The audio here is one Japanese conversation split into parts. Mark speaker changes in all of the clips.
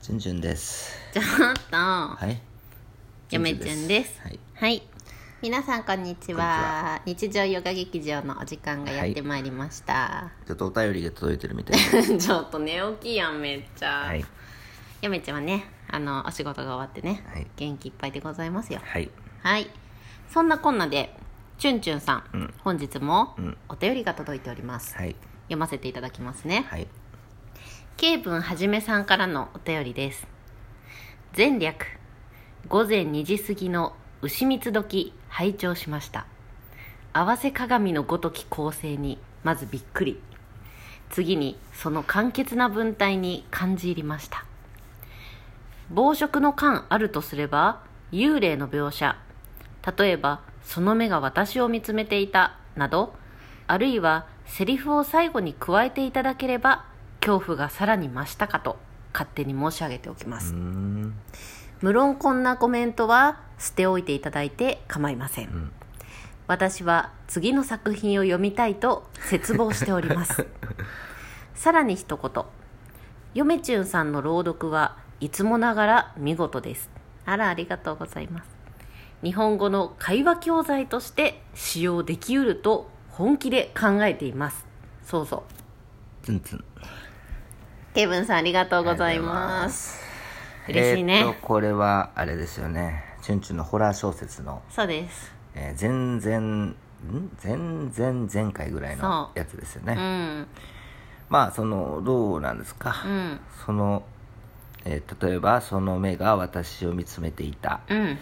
Speaker 1: じゅんじゅんです
Speaker 2: ちょっと、
Speaker 1: はい
Speaker 2: やめちゃんです。
Speaker 1: はい
Speaker 2: はい。皆さん、こんにちは。日常ヨガ劇場のお時間がやってまいりました。
Speaker 1: ちょっとお便りが届いてるみたい
Speaker 2: ちょっと寝起きやん、めっちゃ。
Speaker 1: なはい
Speaker 2: やめちゃんはね、あの、お仕事が終わってね、
Speaker 1: はい
Speaker 2: 元気いっぱいでございますよ。
Speaker 1: はい
Speaker 2: はい。そんなこんなで、チュンチュンさん、本日も
Speaker 1: ん
Speaker 2: お便りが届いております。
Speaker 1: はい
Speaker 2: 読ませていただきますね。
Speaker 1: はい
Speaker 2: ケイブンはじめさんからのお便りです前略午前2時過ぎの牛蜜時拝聴しました合わせ鏡のごとき構成にまずびっくり次にその簡潔な文体に感じ入りました暴食の感あるとすれば幽霊の描写例えば「その目が私を見つめていた」などあるいはセリフを最後に加えていただければ恐怖がさらに増したかと勝手に申し上げておきます
Speaker 1: うーん
Speaker 2: 無論こんなコメントは捨ておいていただいて構いません、
Speaker 1: ん
Speaker 2: 私は次の作品を読みたいと絶望しております さらに一言ヨメチュンさんの朗読はいつもながら見事ですあらありがとうございます日本語の会話教材として使用できうると本気で考えていますそうそう
Speaker 1: つんつん
Speaker 2: ケイブンさんありがとうございます嬉しいね
Speaker 1: えー、とこれはあれですよねちゅんちゅんのホラー小説の、
Speaker 2: そうです
Speaker 1: えー、前々ん前々前回ぐらいの
Speaker 2: そう
Speaker 1: やつですよ
Speaker 2: う
Speaker 1: ね、
Speaker 2: ん
Speaker 1: まあそのどうなんですか、
Speaker 2: うん
Speaker 1: その、えー例えば「その目が私を見つめていた
Speaker 2: うん」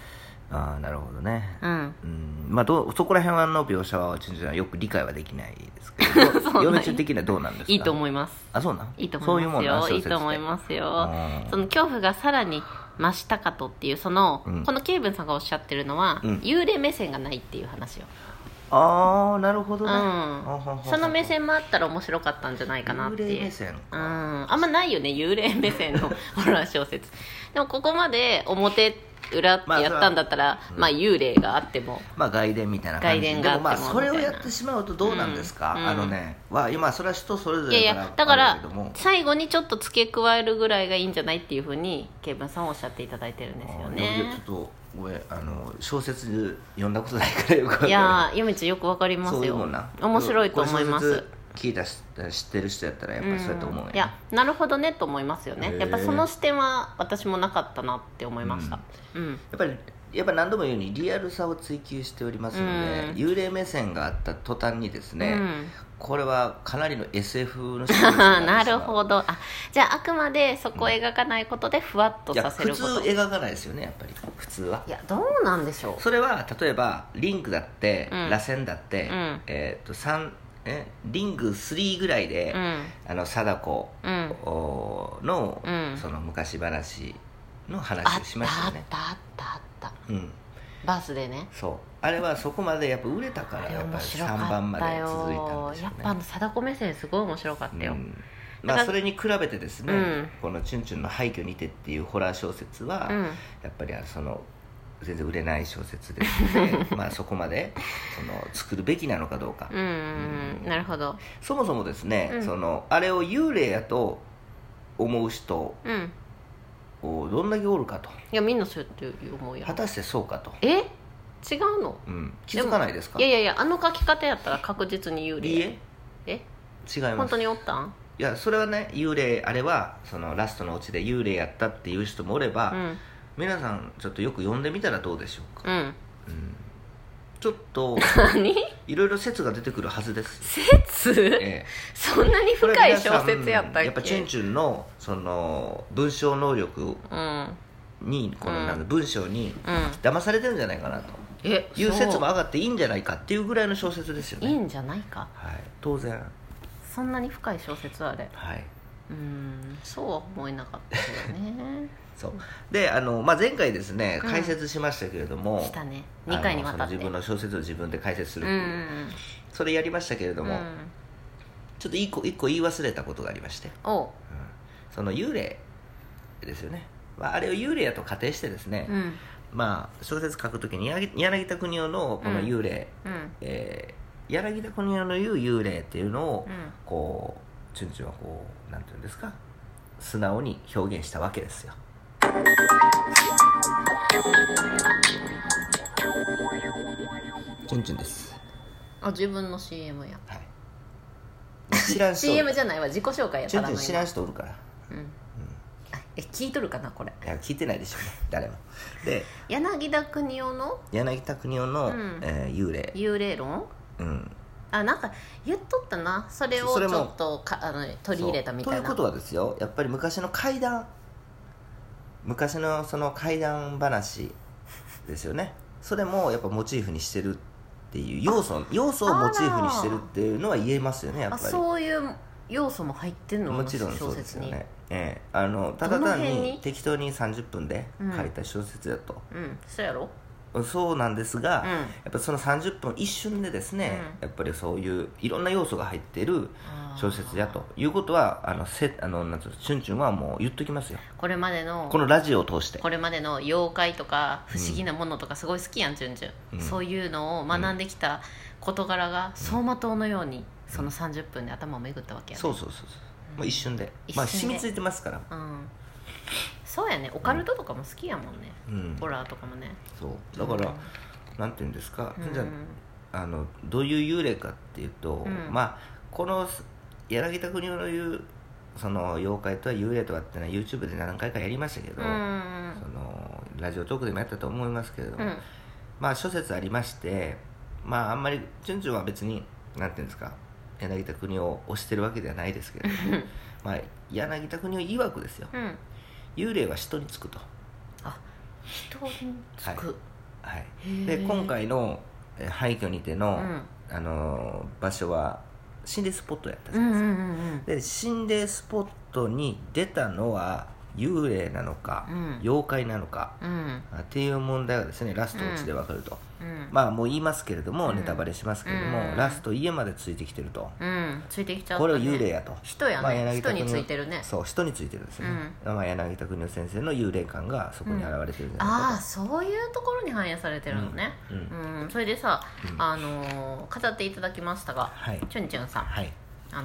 Speaker 1: ああなるほどね
Speaker 2: うん
Speaker 1: うんまあどうそこら辺はの描写はちょっとよく理解はできないですけど
Speaker 2: そうなんや
Speaker 1: 読み中的にはどうなんですか
Speaker 2: いいと
Speaker 1: う
Speaker 2: 思います。
Speaker 1: あそうなん
Speaker 2: いいと
Speaker 1: そ
Speaker 2: 思
Speaker 1: うい
Speaker 2: いうま
Speaker 1: もん
Speaker 2: す
Speaker 1: なん小
Speaker 2: よ。いい
Speaker 1: 説って
Speaker 2: と思いますよ
Speaker 1: うん。
Speaker 2: その恐怖がさらに増したかとっていう、その、このケイブンさんがおっしゃってるのは、
Speaker 1: うん
Speaker 2: 幽霊目線がないっていう話を。
Speaker 1: ああなるほ
Speaker 2: う
Speaker 1: ど
Speaker 2: ん
Speaker 1: ね、ほほほ。ほ
Speaker 2: その目線もあったら面白かったんじゃないかなって
Speaker 1: 幽霊
Speaker 2: い
Speaker 1: 目
Speaker 2: う。
Speaker 1: 線
Speaker 2: う
Speaker 1: か
Speaker 2: ん、あんまないよね幽霊目線のホラー小説 でもここまで表裏ってやったんだったら、まあ幽霊があっても
Speaker 1: まあ外伝みたいな感じ
Speaker 2: 外伝
Speaker 1: で
Speaker 2: があ
Speaker 1: も
Speaker 2: っても
Speaker 1: まあそれを
Speaker 2: みた
Speaker 1: や
Speaker 2: いな
Speaker 1: ってしまうとどうなんですか、
Speaker 2: うんうん
Speaker 1: あのねは今それは人それぞ
Speaker 2: いやい
Speaker 1: れ
Speaker 2: やだから
Speaker 1: あれけども
Speaker 2: 最後にちょっと付け加えるぐらいがいいんじゃないっていうふうにケイブンさんはおっしゃっていただいてるんですよ
Speaker 1: あー
Speaker 2: ね
Speaker 1: ちょっとごめんあの小説読んだことないからよくわかんない
Speaker 2: いやーゆめちゃんよくわかりますよ
Speaker 1: そういうもんな
Speaker 2: 面白いと思いま
Speaker 1: これ小
Speaker 2: す
Speaker 1: 説聞いた人知ってる人やったらやっぱりそうやと思うよ、
Speaker 2: んいやなるほどねと思いますよ
Speaker 1: へ
Speaker 2: ね
Speaker 1: ー
Speaker 2: やっぱその視点は私もなかったなって思いましたうん
Speaker 1: やっぱりやっぱ何度も言うようにリアルさを追求しておりますので、
Speaker 2: うん
Speaker 1: 幽霊目線があった途端にですね、
Speaker 2: うん
Speaker 1: これはかなりの SF の
Speaker 2: なる
Speaker 1: ど
Speaker 2: ほどあじゃああくまでそこを描かないことでふわっと
Speaker 1: いや
Speaker 2: させ
Speaker 1: 普
Speaker 2: る
Speaker 1: 通
Speaker 2: こといや
Speaker 1: 描かないですよねやっぱり普通は
Speaker 2: どうなんでしょ
Speaker 1: それは例えばリンクだって、
Speaker 2: うん
Speaker 1: 螺旋だって、
Speaker 2: うん
Speaker 1: えー、と三えリング3ぐらいで、
Speaker 2: ううん
Speaker 1: あの貞子
Speaker 2: うん
Speaker 1: の,、
Speaker 2: うん
Speaker 1: その昔話の
Speaker 2: あ
Speaker 1: 話
Speaker 2: っ
Speaker 1: をしました
Speaker 2: たあ
Speaker 1: よ
Speaker 2: っ
Speaker 1: ね
Speaker 2: たあったあった
Speaker 1: うん
Speaker 2: バースでね
Speaker 1: そうあれはそこまでやっぱ売れたからやっぱ
Speaker 2: 面
Speaker 1: り
Speaker 2: 白
Speaker 1: 3
Speaker 2: か
Speaker 1: 番
Speaker 2: っ
Speaker 1: まで
Speaker 2: たよ
Speaker 1: 続いたんですよ
Speaker 2: やっ
Speaker 1: ね
Speaker 2: ぱあの貞子目線すごい面白かったよ、
Speaker 1: うんま
Speaker 2: だ
Speaker 1: あ、
Speaker 2: から
Speaker 1: それに比べてですね、
Speaker 2: うん
Speaker 1: この「チュンチュンの廃墟にて」っていうホラー小説は、
Speaker 2: うん
Speaker 1: やっぱりあのその全然売れない小説です のでまあそこまでその作るべきなのかどうか、
Speaker 2: うんうんうんなるほど
Speaker 1: そもそもですね、
Speaker 2: うん
Speaker 1: そのあれを幽霊やと思う人
Speaker 2: うん
Speaker 1: をどんだけおるかと
Speaker 2: いやみんなそうやって思うや
Speaker 1: 果
Speaker 2: ん
Speaker 1: たしてそうかと、
Speaker 2: え違うの
Speaker 1: うん、気づかないですか
Speaker 2: いやいやいやあの書き方やったら確実に幽霊
Speaker 1: いいえ
Speaker 2: え
Speaker 1: 違います
Speaker 2: 本当におったん
Speaker 1: いやそれはね幽霊あれはそのラストのオチで幽霊やったっていう人もおれば、
Speaker 2: うん
Speaker 1: 皆さんちょっとよく読んでみたらどうでしょうか、
Speaker 2: うん
Speaker 1: ちょっと
Speaker 2: 何
Speaker 1: いろいろ説が出てくるはず です、
Speaker 2: 説
Speaker 1: ええ
Speaker 2: そんなに
Speaker 1: これ
Speaker 2: 深い
Speaker 1: 皆さん
Speaker 2: 小説やったっけ
Speaker 1: やっぱチュンチュンのその文章能力
Speaker 2: うん
Speaker 1: にこ
Speaker 2: う
Speaker 1: の
Speaker 2: ん
Speaker 1: なんか文章に
Speaker 2: うん
Speaker 1: 騙されてるんじゃないかなと
Speaker 2: え
Speaker 1: いう説も
Speaker 2: そう
Speaker 1: 上がっていいんじゃないかっていうぐらいの小説ですよ
Speaker 2: いい
Speaker 1: ね
Speaker 2: んじゃないか
Speaker 1: はい当然
Speaker 2: そんなに深い小説はあれ
Speaker 1: はい
Speaker 2: うんそうは思えなかったけど ね
Speaker 1: そうであの、まあ、前回ですね
Speaker 2: うん
Speaker 1: 解説しましたけれども、
Speaker 2: したね2回にわた
Speaker 1: あのその
Speaker 2: って
Speaker 1: 自分の小説を自分で解説する
Speaker 2: う
Speaker 1: っ
Speaker 2: ん
Speaker 1: て
Speaker 2: う
Speaker 1: いうんそれやりましたけれど
Speaker 2: うんう
Speaker 1: も、
Speaker 2: ん
Speaker 1: ちょっと一個一個言い忘れたことがありまして
Speaker 2: おう
Speaker 1: その幽霊ですよね、まあ、あれを幽霊やと仮定してですね、
Speaker 2: うん
Speaker 1: まあ小説書くときに柳柳田国男のこの幽霊、
Speaker 2: うん
Speaker 1: えー柳田国男の言う幽霊っていうのを
Speaker 2: うん
Speaker 1: こうチュンチュンはこうなんていうんですか素直に表現したわけですよチュンチュンです、
Speaker 2: あ自分の CM や
Speaker 1: はい、知らん 人
Speaker 2: CM じゃないわ自己紹介や
Speaker 1: チ
Speaker 2: か
Speaker 1: ュン
Speaker 2: ら
Speaker 1: チュン
Speaker 2: な
Speaker 1: 知ら
Speaker 2: 今
Speaker 1: ん人おるから
Speaker 2: あえ聞いとるかなこれ
Speaker 1: いや聞いてないでしょうね誰もで
Speaker 2: 柳田邦夫の
Speaker 1: 柳田邦夫の、
Speaker 2: うん
Speaker 1: えー幽霊、
Speaker 2: 幽霊論
Speaker 1: うん、
Speaker 2: あなんか言っとったなそれを
Speaker 1: そ
Speaker 2: ち
Speaker 1: れも
Speaker 2: ょっとかあの取り入れたみたいな
Speaker 1: そうということはですよやっぱり昔の怪談昔のその怪談話ですよねそれもやっぱモチーフにしてるっていう要素要素をモチーフにしてるっていうのは言えますよねやっぱ
Speaker 2: あ
Speaker 1: り
Speaker 2: そういう要素も入ってんの
Speaker 1: もちろんそ
Speaker 2: 小
Speaker 1: うです
Speaker 2: 説
Speaker 1: よ
Speaker 2: に、
Speaker 1: ね、ええ、あのただ
Speaker 2: どの
Speaker 1: 単
Speaker 2: 辺
Speaker 1: に
Speaker 2: に
Speaker 1: 適当に30分で
Speaker 2: うん
Speaker 1: 書いた小説だと、
Speaker 2: うんそうやろ
Speaker 1: そうなんですが、
Speaker 2: うん
Speaker 1: やっぱその30分一瞬でですね、やっぱりそういういろんな要素が入っている小説やということはあのせあのなんつうのチュンチュンはもう言っときますよ
Speaker 2: これまでの
Speaker 1: このラジオを通して
Speaker 2: これまでの妖怪とか不思議なものとかすごい好きやん、じゅんじゅん
Speaker 1: うん
Speaker 2: そういうのを学んできた事柄が走馬灯のようにその30分で頭を巡ったわけやね
Speaker 1: そうそうそうそう、もう一瞬で
Speaker 2: 一瞬で
Speaker 1: まあ染みついてますから
Speaker 2: うんそうやねオカルトとかも好きやもんね、
Speaker 1: うん
Speaker 2: ホラーとかもね
Speaker 1: そうだから、なんていうんですか、
Speaker 2: うん
Speaker 1: じゃああのどういう幽霊かっていうと、
Speaker 2: うん
Speaker 1: まあこの柳田国夫の言うその妖怪とは幽霊とはっていうのは YouTube で何回かやりましたけど、
Speaker 2: うん
Speaker 1: そのラジオトークでもやったと思いますけれども、
Speaker 2: うん
Speaker 1: まあ諸説ありましてまああんまりチュンチュンは別になんていうんですか柳田国を推してるわけではないですけれどもまあ柳田国を曰くですよ
Speaker 2: うん
Speaker 1: 幽霊は人につくと、
Speaker 2: 人につく、
Speaker 1: はい、で今回のえー廃墟にての、
Speaker 2: うん
Speaker 1: あのー場所は心霊スポットやったじ
Speaker 2: う
Speaker 1: ゃない
Speaker 2: ん
Speaker 1: で
Speaker 2: う
Speaker 1: すか、で心
Speaker 2: んうん
Speaker 1: 霊スポットに出たのは幽霊なのか、
Speaker 2: うん
Speaker 1: 妖怪なのか
Speaker 2: うんうん
Speaker 1: あっていう問題がですねラスト1でわかると、
Speaker 2: うん
Speaker 1: まあもう言いますけれども、ネタバレしますけれども、
Speaker 2: うん
Speaker 1: ラスト家までついてきてると、
Speaker 2: うんついてきちゃった、ね、
Speaker 1: これを幽霊やと
Speaker 2: 人やね
Speaker 1: 柳田
Speaker 2: 人に
Speaker 1: 国夫
Speaker 2: ついてるね
Speaker 1: そう人についてるんですよね、まあ、柳田国夫先生の幽霊感がそこに現れてるんじゃ
Speaker 2: あ
Speaker 1: な
Speaker 2: あそういうところに反映されてるのね
Speaker 1: う
Speaker 2: うんん、それでさ、あのー語っていただきましたが、
Speaker 1: はい
Speaker 2: チュンチュンさん、
Speaker 1: いかと、はい
Speaker 2: あのー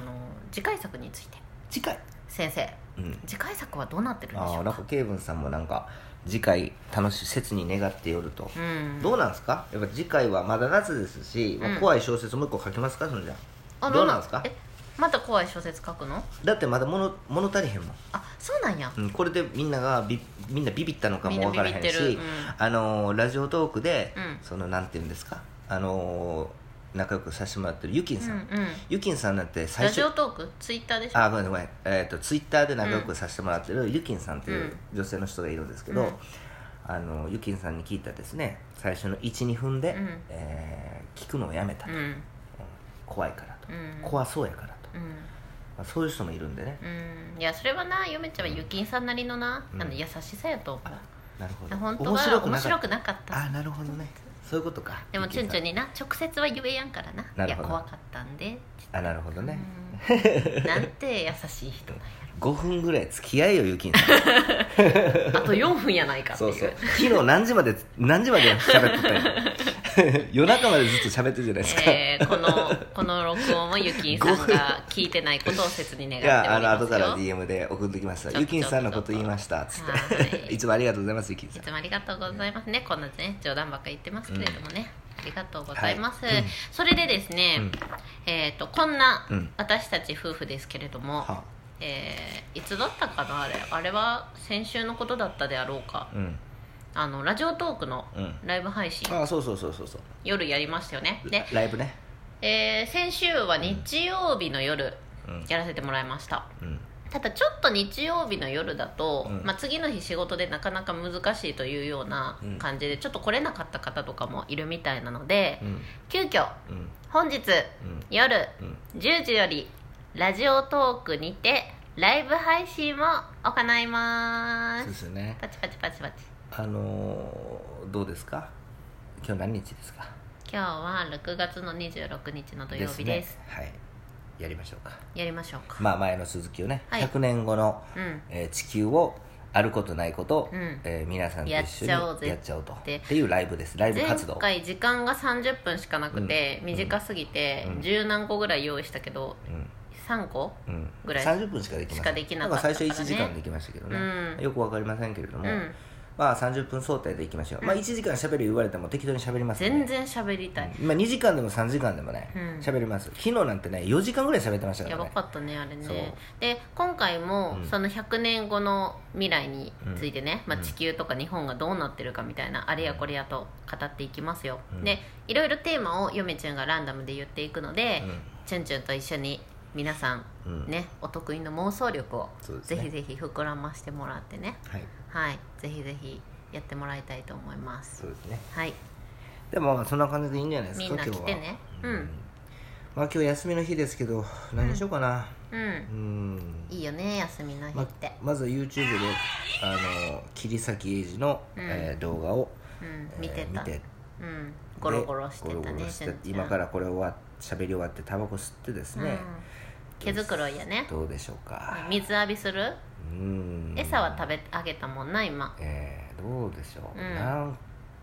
Speaker 2: 次回作について
Speaker 1: 次回、
Speaker 2: 先生
Speaker 1: うん、
Speaker 2: 次回作はどうなってるんでし
Speaker 1: あ
Speaker 2: ょ
Speaker 1: あ
Speaker 2: う
Speaker 1: なん
Speaker 2: か
Speaker 1: か慶文さんもなんか次回楽しい切に願ってよると、
Speaker 2: うん
Speaker 1: どうなんですかやっぱ次回はまだ夏ですし、まあ
Speaker 2: うん
Speaker 1: 怖い小説もう一個書きますかそんじゃ
Speaker 2: あ
Speaker 1: どうなんですか
Speaker 2: えまた怖い小説書くの
Speaker 1: だってまだ物物足りへんもん
Speaker 2: あそうなんや
Speaker 1: うん、これでみんながビみんなビビったのかもわからへん
Speaker 2: みんなビビっ
Speaker 1: して
Speaker 2: るうん
Speaker 1: あのーラジオトークで、
Speaker 2: うん
Speaker 1: そのなんて言うんですかあのー仲良くさせてもらってるゆきん
Speaker 2: うん
Speaker 1: さ、
Speaker 2: うんん
Speaker 1: ゆきんさんなんて最
Speaker 2: ラジ
Speaker 1: 初
Speaker 2: オトークツイッターでしょ
Speaker 1: あごめんごめん、えー、とツイッターで仲良くさせてもらってるゆきんさんっていう
Speaker 2: うん
Speaker 1: 女性の人がいるんですけど、
Speaker 2: うん
Speaker 1: あのゆきんさんに聞いたですね最初の12分で、
Speaker 2: うん
Speaker 1: えー聞くのをやめた
Speaker 2: う
Speaker 1: と、
Speaker 2: ん
Speaker 1: 怖いからと、
Speaker 2: うん
Speaker 1: 怖そうやからと、
Speaker 2: うん
Speaker 1: まあ、そういう人もいるんでね
Speaker 2: うんいやそれはなゆめちゃんはゆきんさんなりのな、
Speaker 1: うん
Speaker 2: あの優しさやと思
Speaker 1: なるほ
Speaker 2: う
Speaker 1: ど
Speaker 2: 本当は面白
Speaker 1: った
Speaker 2: くなかった
Speaker 1: あなるほどねそういうことか
Speaker 2: でもチュンチュン
Speaker 1: に
Speaker 2: にな直接は言えやんからな
Speaker 1: ないる
Speaker 2: や
Speaker 1: ほど
Speaker 2: 怖かったんで、
Speaker 1: あなるほどね、
Speaker 2: うんなんて優しい 人なん
Speaker 1: 5分ぐらい付き合えよゆきんさん
Speaker 2: やあと4分やないかって
Speaker 1: そう
Speaker 2: い
Speaker 1: うそう昨日何時まで何時まで喋ってたんや 夜中までずっと喋ってるじゃないですか、
Speaker 2: えーこのこの録音もゆきんさんが聞いてないことを切に願っ
Speaker 1: い
Speaker 2: ておりますよ
Speaker 1: やあの後から DM で送ってきまし
Speaker 2: ち
Speaker 1: た
Speaker 2: ょっ
Speaker 1: ゆ
Speaker 2: と
Speaker 1: きんさんのこと言いましたつって、、
Speaker 2: はいい
Speaker 1: つもありがと うございますゆきん
Speaker 2: い
Speaker 1: さん
Speaker 2: つもありがとうございますねこんなね冗談ばっかり言ってますけれどもね、ありがとうございます、
Speaker 1: はいうん
Speaker 2: それでですね、えっ、とこんな
Speaker 1: うん
Speaker 2: 私たち夫婦ですけれども、
Speaker 1: は
Speaker 2: えーいつだったかなあれあれは先週のことだったであろうか
Speaker 1: うん
Speaker 2: あのラジオトークの
Speaker 1: うん
Speaker 2: ライブ配信、
Speaker 1: あそうそうそうそうそう
Speaker 2: 夜やりましたよねで、
Speaker 1: ライブね
Speaker 2: えー先週は日曜日の夜
Speaker 1: うん
Speaker 2: やらせてもらいました
Speaker 1: うん
Speaker 2: ただちょっと日曜日の夜だと、
Speaker 1: うん
Speaker 2: まあ、次の日仕事でなかなか難しいというような感じで、ちょっと来れなかった方とかもいるみたいなので、
Speaker 1: うん
Speaker 2: 急遽
Speaker 1: うん
Speaker 2: 本日
Speaker 1: うん
Speaker 2: 夜
Speaker 1: うん
Speaker 2: 10時よりラジオトークにてライブ配信も行いま
Speaker 1: そうですすよね
Speaker 2: パチパチパチパチ
Speaker 1: あのーどうですか今日何日ですか
Speaker 2: 今日は6月の26日の土曜日です
Speaker 1: ね、はいやりましょうか
Speaker 2: やりましょうか
Speaker 1: まあ前の続きをね、
Speaker 2: はい
Speaker 1: 100年後の、
Speaker 2: うん
Speaker 1: えー地球をあることないこと、
Speaker 2: うん
Speaker 1: えー皆さんと一緒に
Speaker 2: やっちゃおうぜ
Speaker 1: やっちゃおうと
Speaker 2: で
Speaker 1: っていうライブですライブ
Speaker 2: 前
Speaker 1: 活動
Speaker 2: 回時間が30分しかなくて短すぎて
Speaker 1: うん
Speaker 2: 十何個ぐらい用意したけど
Speaker 1: うん
Speaker 2: 3個
Speaker 1: うん、
Speaker 2: ぐらい
Speaker 1: 30分しかできません
Speaker 2: しかできなかったからね
Speaker 1: なんか最初1時間できましたけどね、
Speaker 2: うん
Speaker 1: よくわかりませんけれど
Speaker 2: う
Speaker 1: も、
Speaker 2: ん
Speaker 1: まあ30分想定でいきましょう、まあ1時間しゃべる言われても適当にしゃべりますんで
Speaker 2: 全然喋りたい、
Speaker 1: まあ、2時間でも3時間でもね
Speaker 2: うん
Speaker 1: 喋、ります昨日なんてね4時間ぐらい喋ってましたか
Speaker 2: や
Speaker 1: らね
Speaker 2: ばかったねあれね
Speaker 1: そう
Speaker 2: で今回も、
Speaker 1: うん
Speaker 2: その100年後の未来についてね、
Speaker 1: うん
Speaker 2: まあ、地球とか日本がどうなってるかみたいな、あれやこれやと語っていきますよ、
Speaker 1: うん
Speaker 2: でいろいろテーマをヨメちゃんがランダムで言っていくので、
Speaker 1: うん
Speaker 2: チュンチュンと一緒に皆さん、
Speaker 1: うん
Speaker 2: ねお得意の妄想力を
Speaker 1: そうです
Speaker 2: ぜ
Speaker 1: ね
Speaker 2: ひぜひ膨らましてもらってね
Speaker 1: はい
Speaker 2: はいぜひぜひやってもらいたいと思います
Speaker 1: そうですね
Speaker 2: はい
Speaker 1: でもまあそんな感じでいいんじゃないですか
Speaker 2: みんな来てね
Speaker 1: 今日
Speaker 2: う
Speaker 1: は
Speaker 2: ん
Speaker 1: まあ今日休みの日ですけど何しようかな
Speaker 2: うん
Speaker 1: うん、
Speaker 2: いいよね休みの日
Speaker 1: ま
Speaker 2: って、
Speaker 1: まず YouTube であの切り裂き英二の、
Speaker 2: うん
Speaker 1: えー動画を、
Speaker 2: うん
Speaker 1: えー
Speaker 2: 見てた、
Speaker 1: 見て
Speaker 2: うんゴロゴロして
Speaker 1: ゴ
Speaker 2: た
Speaker 1: ロゴ
Speaker 2: ね
Speaker 1: ロして
Speaker 2: 純ちゃん
Speaker 1: 今からこれ終わ喋り終わってタバコ吸ってですね、
Speaker 2: うん、毛づくろいやね
Speaker 1: どうでしょうか
Speaker 2: 水浴びする
Speaker 1: うん
Speaker 2: 餌は食べあげたもんな今、
Speaker 1: えー、どうでしょう、
Speaker 2: うん
Speaker 1: なん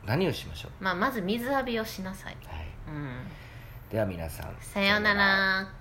Speaker 1: 何をしましょう
Speaker 2: まあ、まず水浴びをしなさい、
Speaker 1: はい
Speaker 2: うん、
Speaker 1: では皆さん
Speaker 2: さようなら